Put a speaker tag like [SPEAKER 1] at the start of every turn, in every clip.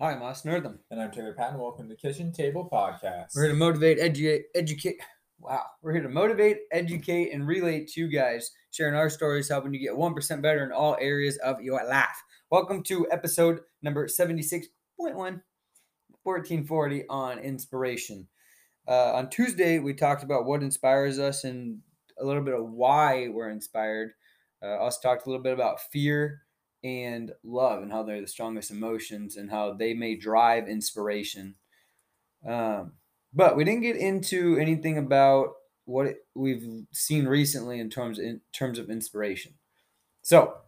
[SPEAKER 1] I'm Moss Nerdum.
[SPEAKER 2] And I'm Taylor Patton. Welcome to Kitchen Table Podcast.
[SPEAKER 1] We're here to motivate, educate, educate. Wow. We're here to motivate, educate, and relate to you guys, sharing our stories, helping you get 1% better in all areas of your life. Welcome to episode number 76.1, 1440 on inspiration. Uh, on Tuesday, we talked about what inspires us and a little bit of why we're inspired. Uh, also talked a little bit about fear and love and how they're the strongest emotions and how they may drive inspiration. Um, but we didn't get into anything about what it- we've seen recently in terms in terms of inspiration. So,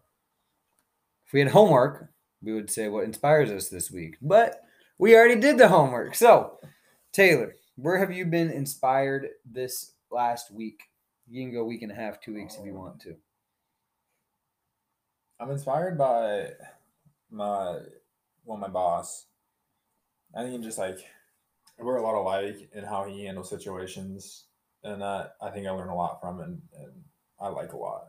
[SPEAKER 1] if we had homework, we would say what inspires us this week. But we already did the homework. So, Taylor, where have you been inspired this last week? You can go week and a half, two weeks if you want to.
[SPEAKER 2] I'm inspired by my well, my boss. I think just like we're a lot alike in how he handles situations, and that I think I learn a lot from, and, and I like a lot.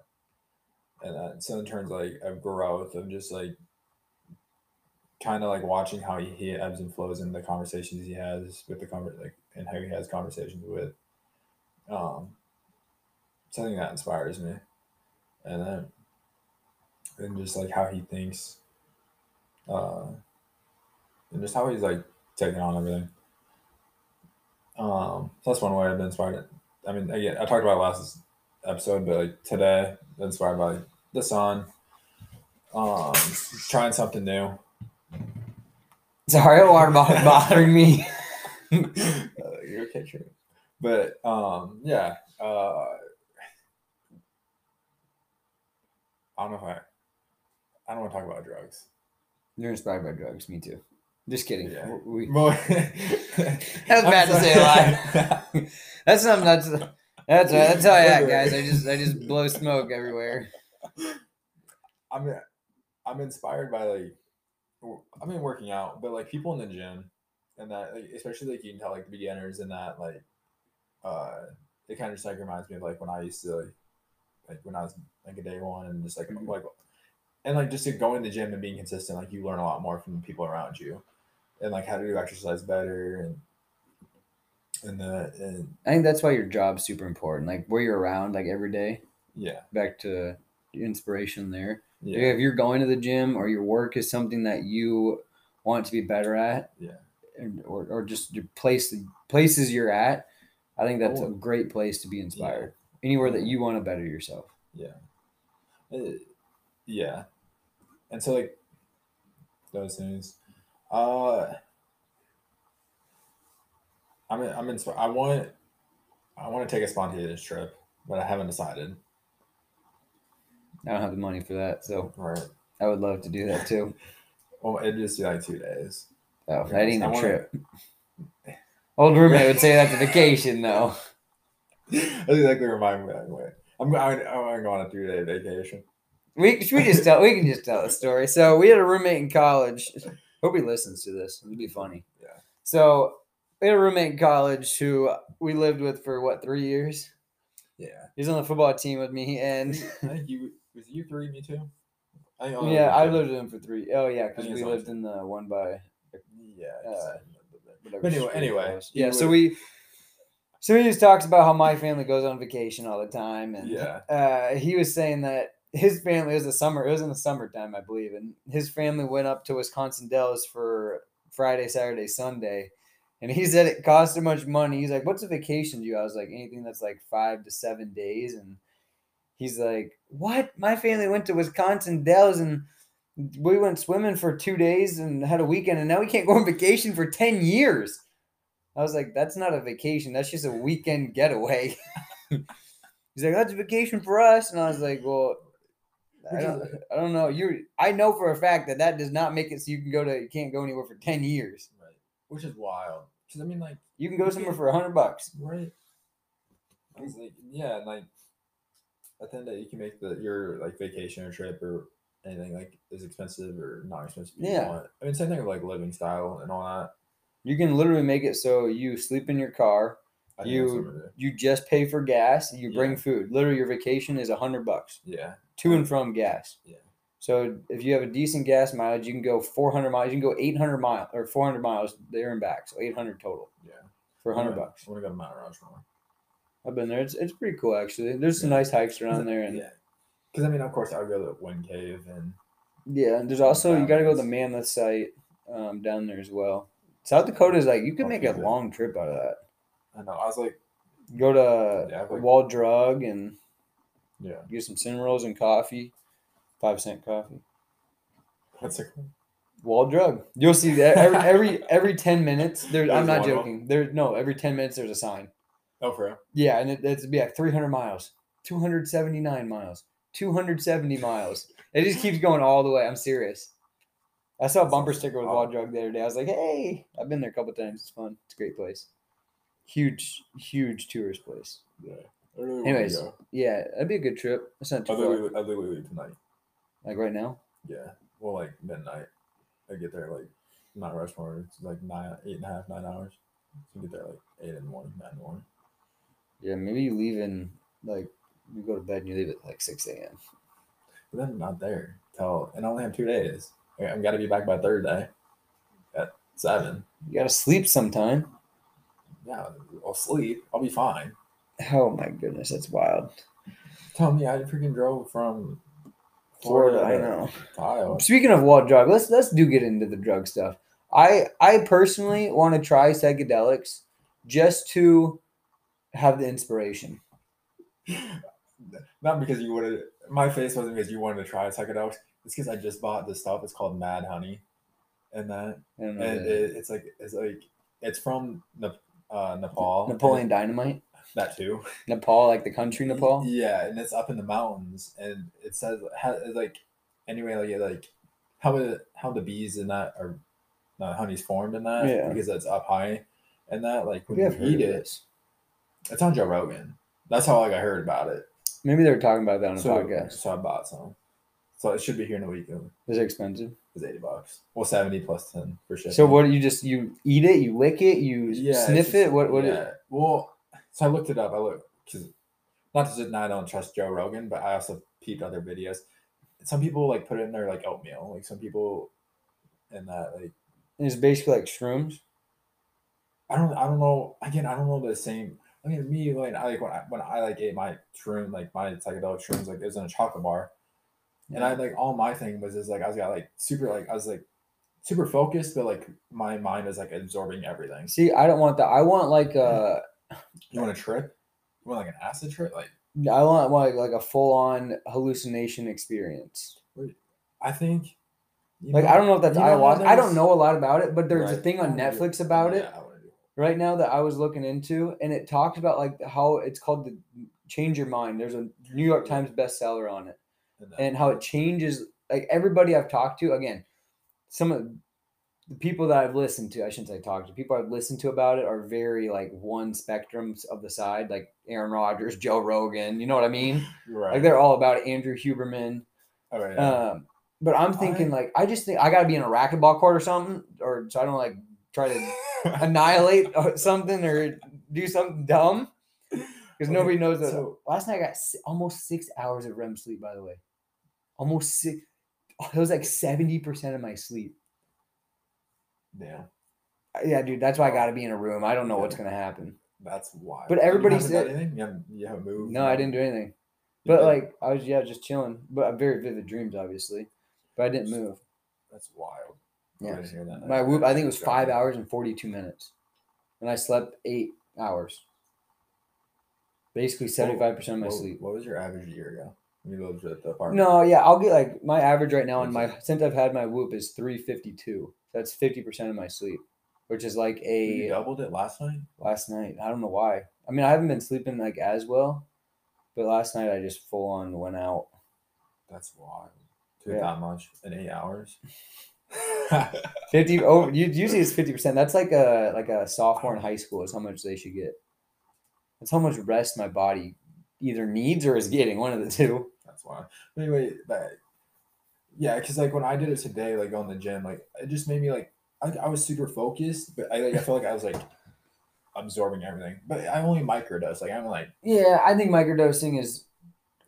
[SPEAKER 2] And that, so in terms like of growth, of just like kind of like watching how he, he ebbs and flows in the conversations he has with the conver like and how he has conversations with. Um, something that inspires me, and then and just like how he thinks, uh, and just how he's like taking on everything. Um, so that's one way I've been inspired. I mean, again, I talked about it last episode, but like today, been inspired by the sun, um, trying something new.
[SPEAKER 1] Sorry, a water bottle bothering me.
[SPEAKER 2] uh, you're okay, true. But um, yeah, uh, I don't know if I, I don't want to talk about drugs.
[SPEAKER 1] You're inspired by drugs. Me too. Just kidding.
[SPEAKER 2] Yeah.
[SPEAKER 1] W- we-
[SPEAKER 2] Well,
[SPEAKER 1] That's bad to say
[SPEAKER 2] I'm
[SPEAKER 1] a lot. that's something that's that's that's how I act,
[SPEAKER 2] Literally.
[SPEAKER 1] guys. I just I just blow smoke everywhere.
[SPEAKER 2] I'm I'm inspired by like w- I mean working out, but like people in the gym and that like, especially like you can tell like the beginners and that like uh it kind of just like reminds me of like when I used to like like when I was like a day one and just like
[SPEAKER 1] Mhm.
[SPEAKER 2] like and like just to go in the gym and being consistent, like you learn a lot more from the people around you and like how to do exercise better and and the and
[SPEAKER 1] I think that's why your job's super important. Like where you're around, like every day.
[SPEAKER 2] yeah
[SPEAKER 1] Back to your inspiration there.
[SPEAKER 2] yeah.
[SPEAKER 1] If you're going to the gym or your work is something that you want to be better at,
[SPEAKER 2] Yeah.
[SPEAKER 1] and, or or just your place places you're at, I think that's a
[SPEAKER 2] Oh.
[SPEAKER 1] great place to be
[SPEAKER 2] Yeah.
[SPEAKER 1] inspired. Anywhere that you want to better yourself.
[SPEAKER 2] Uh, yeah. And so like those things. Uh I'm I'm insp- I want I want to take a spontaneous trip, but I haven't decided.
[SPEAKER 1] I don't have the money for that, so
[SPEAKER 2] Right.
[SPEAKER 1] I would love to do that too.
[SPEAKER 2] Well, it'd just be like two days.
[SPEAKER 1] Oh, that
[SPEAKER 2] Yes,
[SPEAKER 1] ain't
[SPEAKER 2] I
[SPEAKER 1] a
[SPEAKER 2] wanna-
[SPEAKER 1] trip. Old roommate would say that's a vacation, though.
[SPEAKER 2] I think that could remind me that way. I'm going I'm going to go on a three day vacation.
[SPEAKER 1] We should we just tell we can just tell a story. So we had a roommate in college. Hope he listens to this. It'd be funny.
[SPEAKER 2] Yeah.
[SPEAKER 1] So we had a roommate in college who we lived with for what three years.
[SPEAKER 2] Yeah.
[SPEAKER 1] He was on the football team with me,
[SPEAKER 2] I
[SPEAKER 1] and
[SPEAKER 2] think I think you was it you three, me too. I think only
[SPEAKER 1] yeah, I
[SPEAKER 2] two.
[SPEAKER 1] lived with him for three. Oh yeah, because
[SPEAKER 2] think
[SPEAKER 1] we
[SPEAKER 2] it's on-
[SPEAKER 1] lived in the one by
[SPEAKER 2] Yeah.
[SPEAKER 1] uh, whatever.
[SPEAKER 2] But anyway-
[SPEAKER 1] street it
[SPEAKER 2] anyway,
[SPEAKER 1] was.
[SPEAKER 2] either
[SPEAKER 1] yeah. So
[SPEAKER 2] way-
[SPEAKER 1] we, so he just talks about how my family goes on vacation all the time, and
[SPEAKER 2] Yeah.
[SPEAKER 1] uh, he was saying that his family it was the summer. It was in the summertime, I believe, and his family went up to Wisconsin Dells for Friday, Saturday, Sunday, and he said it cost him much money. He's like, "What's a vacation to you?" I was like, "Anything that's like five to seven days," and he's like, "What? My family went to Wisconsin Dells and." We went swimming for two days and had a weekend, and now we can't go on vacation for 10 years. I was like, that's not a vacation. That's just a weekend getaway. He's like, that's a vacation for us. And I was like, well, I
[SPEAKER 2] Which is
[SPEAKER 1] don't, I don't know. You, I know for a fact that that does not make it so you can go to, you can't go anywhere for 10 years.
[SPEAKER 2] Right. Which is wild. Cuz I mean like
[SPEAKER 1] You can go
[SPEAKER 2] You
[SPEAKER 1] somewhere
[SPEAKER 2] can-
[SPEAKER 1] for 100 bucks.
[SPEAKER 2] Right. I was like, yeah, and like at the end of the day, you can make the your like vacation or trip or anything like as expensive or not expensive. as you
[SPEAKER 1] Yeah.
[SPEAKER 2] want. I mean, same thing with like living style and all that.
[SPEAKER 1] You can literally make it so you sleep in your car,
[SPEAKER 2] I think that's
[SPEAKER 1] You-
[SPEAKER 2] what I'm gonna
[SPEAKER 1] you just pay for gas, you bring
[SPEAKER 2] Yeah.
[SPEAKER 1] food. Literally, your vacation is 100 bucks
[SPEAKER 2] do. Yeah.
[SPEAKER 1] to and from gas.
[SPEAKER 2] Yeah.
[SPEAKER 1] So if you have a decent gas mileage, you can go 400 miles. You can go 800 miles or 400 miles there and back. So 800 total
[SPEAKER 2] Yeah.
[SPEAKER 1] for 100
[SPEAKER 2] Yeah.
[SPEAKER 1] bucks.
[SPEAKER 2] I want to go to Mount Rushmore.
[SPEAKER 1] I've been there. It's, it's pretty cool actually. There's some
[SPEAKER 2] Yeah.
[SPEAKER 1] nice hikes around there, and yeah,
[SPEAKER 2] yeah. Because, I mean, of course, I'll go to Wind Cave and
[SPEAKER 1] and there's also you got to go to the
[SPEAKER 2] Mountains.
[SPEAKER 1] Mammoth site um, down there as well. South Dakota is like you can make a
[SPEAKER 2] Okay.
[SPEAKER 1] long trip out of that.
[SPEAKER 2] I know. I was like,
[SPEAKER 1] Go to
[SPEAKER 2] yeah, I was like,
[SPEAKER 1] Wall Drug and
[SPEAKER 2] yeah.
[SPEAKER 1] get some cinnamon rolls and coffee, five cent coffee.
[SPEAKER 2] What's it called?
[SPEAKER 1] Wall drug. You'll see that every every every ten minutes. There, I'm
[SPEAKER 2] There's
[SPEAKER 1] not
[SPEAKER 2] one of 'em?
[SPEAKER 1] joking. There, no, every ten minutes there's a sign.
[SPEAKER 2] Oh, for real?
[SPEAKER 1] Yeah, and it, it'd be like 300 miles, 279 miles, 270 miles. It just keeps going all the way. I'm serious. I saw a bumper sticker with Wall Drug the other day. I was like, hey, I've been there a couple times. It's fun. It's a great place. Huge, huge tourist place.
[SPEAKER 2] Yeah. I really wanna
[SPEAKER 1] Anyways,
[SPEAKER 2] go.
[SPEAKER 1] Yeah, that'd be a good trip. That's not
[SPEAKER 2] I
[SPEAKER 1] too
[SPEAKER 2] think, we,
[SPEAKER 1] far.
[SPEAKER 2] would- I think we leave tonight.
[SPEAKER 1] Like right now.
[SPEAKER 2] Yeah. Well, like midnight. I get there like Mount Rushmore. It's like nine, eight and a half, nine hours. So you get there like eight in the morning, nine in the morning.
[SPEAKER 1] Yeah, maybe you leave in like you go to bed and you leave at like 6 a.m.
[SPEAKER 2] But then I'm not there till, and I only have two days. I- I've got to be back by Thursday at seven.
[SPEAKER 1] You gotta sleep sometime.
[SPEAKER 2] Yeah, I'll sleep. I'll be fine.
[SPEAKER 1] Oh my goodness, that's wild.
[SPEAKER 2] Tell me, I freaking drove from
[SPEAKER 1] Florida,
[SPEAKER 2] Florida,
[SPEAKER 1] I know.
[SPEAKER 2] to Iowa.
[SPEAKER 1] Speaking of what drug, let's let's do get into the drug stuff. I I personally want to try psychedelics just to have the inspiration.
[SPEAKER 2] Not because you wanted. My face wasn't because you wanted to try psychedelics. It's because I just bought this stuff. It's called Mad Honey, and that
[SPEAKER 1] I don't know
[SPEAKER 2] and
[SPEAKER 1] the-
[SPEAKER 2] it, it's like it's like it's from Nep uh, Nepal.
[SPEAKER 1] Napoleon Dynamite,
[SPEAKER 2] That too.
[SPEAKER 1] Nepal, like the country Nepal.
[SPEAKER 2] Yeah, and it's up in the mountains, and it says it has, it's like anyway, like it, like how the how the bees in that are not honey's formed in that
[SPEAKER 1] Yeah.
[SPEAKER 2] because it's up high, and that like when
[SPEAKER 1] Maybe I've
[SPEAKER 2] you
[SPEAKER 1] heard
[SPEAKER 2] eat
[SPEAKER 1] of
[SPEAKER 2] it,
[SPEAKER 1] this.
[SPEAKER 2] it's on Joe Rogan. That's how like I heard about it.
[SPEAKER 1] Maybe they were talking about that on a
[SPEAKER 2] So,
[SPEAKER 1] podcast.
[SPEAKER 2] so I bought some. So it should be here in a week. It
[SPEAKER 1] Is it expensive?
[SPEAKER 2] was eighty bucks. Well, seventy plus ten for shipping.
[SPEAKER 1] So what? You just you eat it, you lick it, you
[SPEAKER 2] Yeah, it's
[SPEAKER 1] sniff
[SPEAKER 2] just-
[SPEAKER 1] it. What? What?
[SPEAKER 2] yeah. Well, so I looked it up. I look because not to deny I don't trust Joe Rogan, but I also peeped other videos. Some people like put it in their like oatmeal. Like some people, and that like
[SPEAKER 1] It's basically like shrooms.
[SPEAKER 2] I don't I don't know. Again, I don't know the same. I mean, me like I like when I when I like ate my shroom like my psychedelic shrooms like it was in a chocolate bar, and I like all my thing was is like I was got like super like I was like super focused, but like my mind was like absorbing everything.
[SPEAKER 1] See, I don't want that. I want like a.
[SPEAKER 2] You want a trip? You want like an acid trip? Like.
[SPEAKER 1] I want like like a full on hallucination experience.
[SPEAKER 2] I think. you
[SPEAKER 1] Like
[SPEAKER 2] know-
[SPEAKER 1] I don't know if that's
[SPEAKER 2] you know how
[SPEAKER 1] ayahuasca. I don't
[SPEAKER 2] there's-
[SPEAKER 1] know a lot about it, but there's a
[SPEAKER 2] Right.
[SPEAKER 1] thing
[SPEAKER 2] I
[SPEAKER 1] on
[SPEAKER 2] wanna do-
[SPEAKER 1] Netflix about it
[SPEAKER 2] Yeah, I wanna do
[SPEAKER 1] right now that I was looking into, and it talks about like how it's called the change your mind. There's a New York
[SPEAKER 2] Yeah.
[SPEAKER 1] Times bestseller on it,
[SPEAKER 2] and then-
[SPEAKER 1] and how it changes. Like everybody I've talked to, again, some of the people that I've listened to, I shouldn't say talked to, people I've listened to about it are very like one spectrum of the side, like Aaron Rodgers, Joe Rogan. You know what I mean?
[SPEAKER 2] You're right.
[SPEAKER 1] Like they're all about it. Andrew Huberman.
[SPEAKER 2] All right. yeah.
[SPEAKER 1] Um, but I'm thinking like I just think I gotta be in a racquetball court or something, or so I don't like try to annihilate or something or do something dumb because
[SPEAKER 2] Okay,
[SPEAKER 1] nobody knows that.
[SPEAKER 2] so
[SPEAKER 1] Last night I got si- almost six hours of REM sleep. By the way, almost six. That was like seventy percent of my sleep.
[SPEAKER 2] yeah,
[SPEAKER 1] Uh, Yeah, dude, that's why I gotta be in a room. I don't know what's gonna happen.
[SPEAKER 2] that's why.
[SPEAKER 1] But everybody
[SPEAKER 2] you haven't done
[SPEAKER 1] said-
[SPEAKER 2] anything? You haven't, you haven't moved.
[SPEAKER 1] No, I didn't do anything. But like I was, yeah, just chilling. But I very vivid dreams, obviously. But I didn't move.
[SPEAKER 2] that's wild. I
[SPEAKER 1] Yeah.
[SPEAKER 2] didn't hear that.
[SPEAKER 1] My whoop, I think it was
[SPEAKER 2] Yeah.
[SPEAKER 1] five hours and 42 minutes. And I slept eight hours. Basically
[SPEAKER 2] What-
[SPEAKER 1] 75% of my
[SPEAKER 2] what-
[SPEAKER 1] sleep.
[SPEAKER 2] What was your average a year ago? When you lived at the apartment?
[SPEAKER 1] No, yeah, I'll get like my average right now, and my since I've had my whoop is 352. That's 50% of my sleep, which is like
[SPEAKER 2] You
[SPEAKER 1] a
[SPEAKER 2] doubled it last night.
[SPEAKER 1] last night. I don't know why. I mean, I haven't been sleeping like as well, but last night I just full on went out.
[SPEAKER 2] That's wild. Dude,
[SPEAKER 1] Yeah.
[SPEAKER 2] that much in eight hours.
[SPEAKER 1] 50 over oh, you usually it's 50%. That's like a like a sophomore in high school is how much they should get. That's how much rest my body either needs or is getting, one of the two.
[SPEAKER 2] That's why. But anyway, that yeah, because like when I did it today, like on the gym, like it just made me like I, I was super focused, but I like I felt like I was like absorbing everything. But I only microdose. Like I'm like
[SPEAKER 1] Yeah, I think microdosing is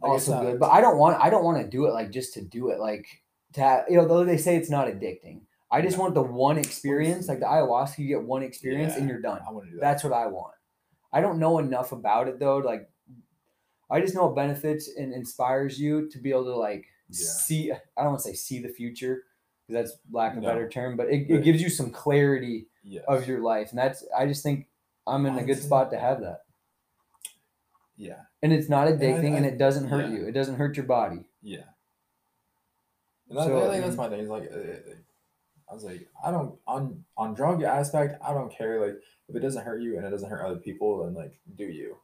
[SPEAKER 2] Like, it's
[SPEAKER 1] also
[SPEAKER 2] not-
[SPEAKER 1] good, but I don't want I don't want to do it like just to do it like to have, you know, though they say it's not addicting. I just want the one experience, like the ayahuasca, you get one experience and
[SPEAKER 2] Yeah.
[SPEAKER 1] you're done.
[SPEAKER 2] I want to do that.
[SPEAKER 1] That's what I want. I don't know enough about it though. to, Like, I just know it benefits and inspires you to be able to like
[SPEAKER 2] Yeah.
[SPEAKER 1] see. I don't want to say see the future because that's lack of a
[SPEAKER 2] No.
[SPEAKER 1] better term, but it, it
[SPEAKER 2] Right.
[SPEAKER 1] gives you some clarity
[SPEAKER 2] Yes.
[SPEAKER 1] of your life, and that's. I just think I'm in a good
[SPEAKER 2] Honestly.
[SPEAKER 1] spot to have that,
[SPEAKER 2] yeah.
[SPEAKER 1] and it's not
[SPEAKER 2] I-
[SPEAKER 1] addicting, and
[SPEAKER 2] I-
[SPEAKER 1] it doesn't hurt
[SPEAKER 2] yeah.
[SPEAKER 1] you. It doesn't hurt your body.
[SPEAKER 2] Yeah. And that,
[SPEAKER 1] So, um,
[SPEAKER 2] I
[SPEAKER 1] I
[SPEAKER 2] think that's
[SPEAKER 1] mean-
[SPEAKER 2] my thing. Is like, uh, uh, I was like, I don't on on drug aspect. I don't care. Like, if it doesn't hurt you and it doesn't hurt other people, then like, do you?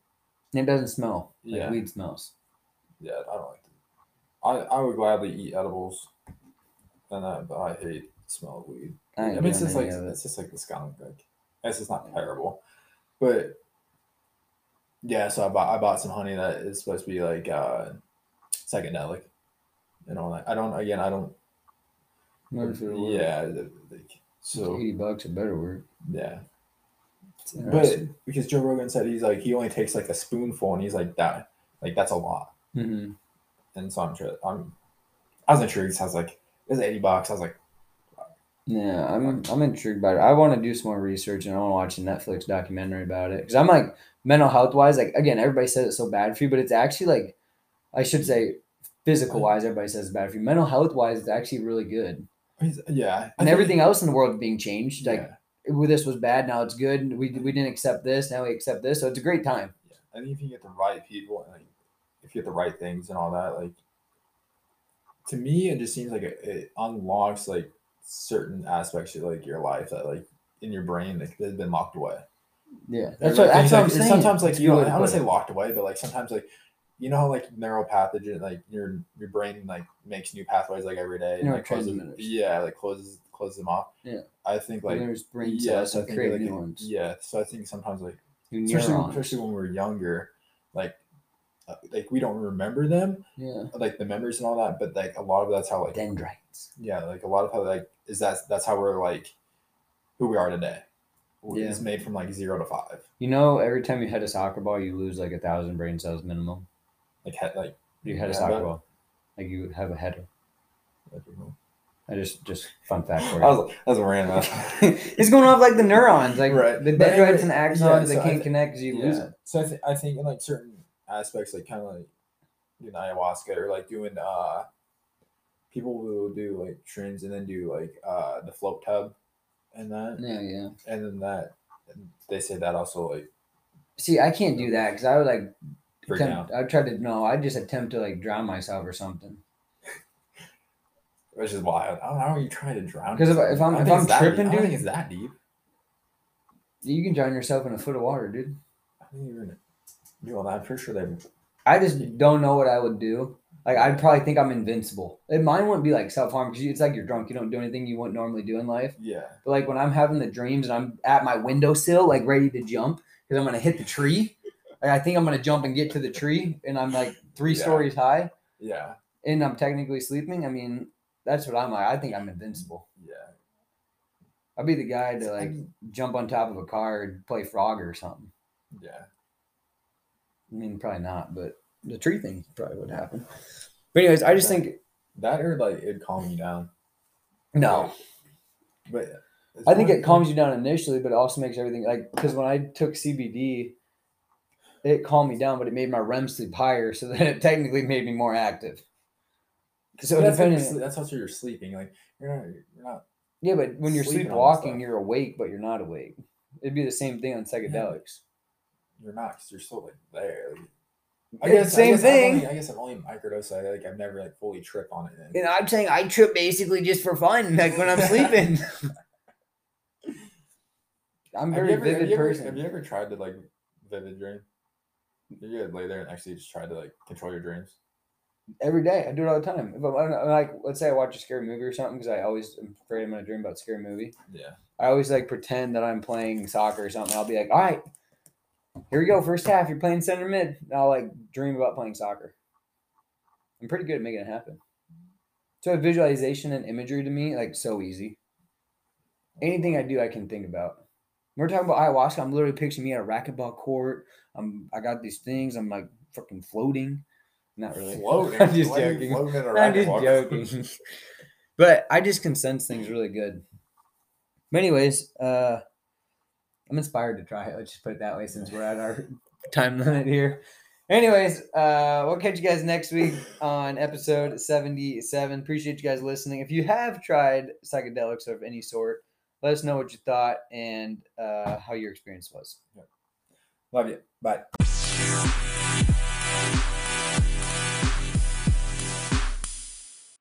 [SPEAKER 1] And it doesn't smell like
[SPEAKER 2] Yeah.
[SPEAKER 1] weed smells.
[SPEAKER 2] Yeah, I don't like. I I would gladly eat edibles, and uh, but I hate the smell of weed.
[SPEAKER 1] I
[SPEAKER 2] I
[SPEAKER 1] ain't
[SPEAKER 2] mean, it's
[SPEAKER 1] doing
[SPEAKER 2] just like
[SPEAKER 1] any of it.
[SPEAKER 2] it's just like the skunk. Like, it's just not terrible, but yeah. So I bought I bought some honey that is supposed to be like uh psychedelic, and all that. I don't again. I don't
[SPEAKER 1] Not for the world.
[SPEAKER 2] Yeah, the- like so.
[SPEAKER 1] eighty bucks a better word.
[SPEAKER 2] Yeah,
[SPEAKER 1] It's
[SPEAKER 2] but
[SPEAKER 1] interesting.
[SPEAKER 2] because Joe Rogan said he's like he only takes like a spoonful, and he's like that, like that's a lot.
[SPEAKER 1] Mhm.
[SPEAKER 2] And so I'm, tri- I'm, I was intrigued. So I was like, "This is eighty bucks." I was like,
[SPEAKER 1] Yeah, I'm I'm intrigued by it. I want to do some more research and I want to watch a Netflix documentary about it because I'm like mental health wise, like again, everybody says it's so bad for you, but it's actually like I should say physical wise, everybody says it's bad for you. Mental health wise, it's actually really good,
[SPEAKER 2] he's- "Yeah," I
[SPEAKER 1] and
[SPEAKER 2] think-
[SPEAKER 1] everything else in the world being changed. Like
[SPEAKER 2] yeah.
[SPEAKER 1] well, this was bad, now it's good. and We we didn't accept this, now we accept this, so it's a great time.
[SPEAKER 2] yeah. I think if you get the right people and like, if you get the right things and all that, like to me, it just seems like it, it unlocks like certain aspects of like your life that like in your brain like they've been locked away.
[SPEAKER 1] Yeah,
[SPEAKER 2] Or,
[SPEAKER 1] that's what, that's what
[SPEAKER 2] like, things like-
[SPEAKER 1] I'm
[SPEAKER 2] and
[SPEAKER 1] saying.
[SPEAKER 2] Sometimes, like
[SPEAKER 1] It's a
[SPEAKER 2] you,
[SPEAKER 1] good
[SPEAKER 2] know,
[SPEAKER 1] way
[SPEAKER 2] I
[SPEAKER 1] to
[SPEAKER 2] don't want
[SPEAKER 1] put
[SPEAKER 2] to say
[SPEAKER 1] it.
[SPEAKER 2] locked away, but like sometimes, like you know how like neuropathogen, like your your brain like makes new pathways like every day, and like closes,
[SPEAKER 1] Neurotransmitters.
[SPEAKER 2] yeah, like closes closes them off.
[SPEAKER 1] Yeah.
[SPEAKER 2] I think like
[SPEAKER 1] there's brain
[SPEAKER 2] yeah,
[SPEAKER 1] cells
[SPEAKER 2] I
[SPEAKER 1] that
[SPEAKER 2] think,
[SPEAKER 1] create
[SPEAKER 2] like,
[SPEAKER 1] new ones.
[SPEAKER 2] Yeah, so I think sometimes like
[SPEAKER 1] New
[SPEAKER 2] especially
[SPEAKER 1] neurons.
[SPEAKER 2] especially when we're younger, like uh, like we don't remember them,
[SPEAKER 1] yeah,
[SPEAKER 2] like the memories and all that, but like a lot of that's how like
[SPEAKER 1] dendrites.
[SPEAKER 2] yeah, like a lot of how like is that that's how we're like who we are today.
[SPEAKER 1] Yeah.
[SPEAKER 2] It's made from like zero to five,
[SPEAKER 1] You know, every time you hit a soccer ball, you lose like a thousand brain cells minimum.
[SPEAKER 2] like he- like
[SPEAKER 1] You hit a
[SPEAKER 2] Yeah,
[SPEAKER 1] soccer
[SPEAKER 2] but-
[SPEAKER 1] ball, like you have a header.
[SPEAKER 2] like, you know.
[SPEAKER 1] I just, just fun fact for
[SPEAKER 2] That
[SPEAKER 1] you.
[SPEAKER 2] was, that was a random.
[SPEAKER 1] it's going off like the neurons, like
[SPEAKER 2] Right.
[SPEAKER 1] the
[SPEAKER 2] But
[SPEAKER 1] dendrites
[SPEAKER 2] anyway,
[SPEAKER 1] and
[SPEAKER 2] yeah,
[SPEAKER 1] axons. they
[SPEAKER 2] so I
[SPEAKER 1] can't
[SPEAKER 2] thi-
[SPEAKER 1] connect because you lose
[SPEAKER 2] Yeah.
[SPEAKER 1] it.
[SPEAKER 2] So I, th- I think in like certain aspects, like kind of like doing ayahuasca or like doing uh, people will do like shrooms and then do like uh the float tub and that
[SPEAKER 1] Yeah, yeah.
[SPEAKER 2] and then that they say that also like
[SPEAKER 1] See, I can't do that because I would like
[SPEAKER 2] freak out,
[SPEAKER 1] attempt, I tried to no, I just attempt to like drown myself or something.
[SPEAKER 2] which is wild. I don't know how you trying to drown.
[SPEAKER 1] 'Cause if I-
[SPEAKER 2] yourself.
[SPEAKER 1] if I'm-
[SPEAKER 2] I
[SPEAKER 1] if
[SPEAKER 2] don't think
[SPEAKER 1] I'm
[SPEAKER 2] it's that deep.
[SPEAKER 1] tripping,
[SPEAKER 2] I don't
[SPEAKER 1] dude-
[SPEAKER 2] think it's that deep.
[SPEAKER 1] You can drown yourself in a foot of water, dude.
[SPEAKER 2] I don't even. You know, I'm pretty sure they.
[SPEAKER 1] I just don't know what I would do. Like I'd probably think I'm invincible. And mine wouldn't be like self harm because it's like you're drunk. You don't do anything you wouldn't normally do in life.
[SPEAKER 2] Yeah.
[SPEAKER 1] But like when I'm having the dreams and I'm at my windowsill, like ready to jump because I'm gonna hit the tree. Like I think I'm gonna jump and get to the tree, and I'm like three
[SPEAKER 2] Yeah.
[SPEAKER 1] stories high,
[SPEAKER 2] Yeah.
[SPEAKER 1] and I'm technically sleeping. I mean, that's what I'm like. I think I'm invincible.
[SPEAKER 2] Yeah.
[SPEAKER 1] I'd be the guy to
[SPEAKER 2] I
[SPEAKER 1] like
[SPEAKER 2] mean-
[SPEAKER 1] jump on top of a car and play frog or something.
[SPEAKER 2] Yeah.
[SPEAKER 1] I mean, probably not, but the tree thing probably would happen. But anyways, I just
[SPEAKER 2] Yeah.
[SPEAKER 1] think
[SPEAKER 2] That or like it'd calm you down.
[SPEAKER 1] no.
[SPEAKER 2] But it's
[SPEAKER 1] I think
[SPEAKER 2] one
[SPEAKER 1] it
[SPEAKER 2] thing-
[SPEAKER 1] calms you down initially, but it also makes everything like because when I took CBD, it calmed me down, but it made my REM sleep higher, so then it technically made me more active. So
[SPEAKER 2] But that's, like,
[SPEAKER 1] depending,
[SPEAKER 2] your sle- that's also you're sleeping. Like you're not, you're not.
[SPEAKER 1] yeah, but when you're
[SPEAKER 2] sleeping on the
[SPEAKER 1] sleepwalking,
[SPEAKER 2] stuff.
[SPEAKER 1] you're awake, but you're not awake. It'd be the same thing on psychedelics.
[SPEAKER 2] You're not because you're still like there. Like,
[SPEAKER 1] It's the same
[SPEAKER 2] I've only-
[SPEAKER 1] thing.
[SPEAKER 2] I guess I've only microdosed. I like I've never like fully tripped on it.
[SPEAKER 1] And I'm saying I trip basically just for fun, like when I'm sleeping. I'm a
[SPEAKER 2] have,
[SPEAKER 1] very
[SPEAKER 2] you ever, have,
[SPEAKER 1] vivid
[SPEAKER 2] you ever,
[SPEAKER 1] person.
[SPEAKER 2] have you ever tried to like vivid dream? You could lay there and actually just try to like control your dreams.
[SPEAKER 1] every day. I do it all the time. If I'm, I'm like, let's say I watch a scary movie or something, because I always am afraid I'm gonna dream about a scary movie.
[SPEAKER 2] Yeah.
[SPEAKER 1] I always like pretend that I'm playing soccer or something. I'll be like, all right, here we go, first half. You're playing center mid. And I'll like dream about playing soccer. I'm pretty good at making it happen. So visualization and imagery to me, like so easy. Anything I do, I can think about. When we're talking about ayahuasca. I'm literally picturing me at a racquetball court. I'm I got these things. I'm like fucking floating. Not really.
[SPEAKER 2] Floating.
[SPEAKER 1] I'm just
[SPEAKER 2] Why are you
[SPEAKER 1] joking.
[SPEAKER 2] Floating in a
[SPEAKER 1] I'm just
[SPEAKER 2] racquetball court?
[SPEAKER 1] joking. But I just can sense things really good. But anyways, uh, I'm inspired to try it. Let's just put it that way since we're at our time limit here. Anyways, uh, we'll catch you guys next week on episode 77. Appreciate you guys listening. If you have tried psychedelics of any sort, let us know what you thought and uh, how your experience was.
[SPEAKER 2] Love you. Bye.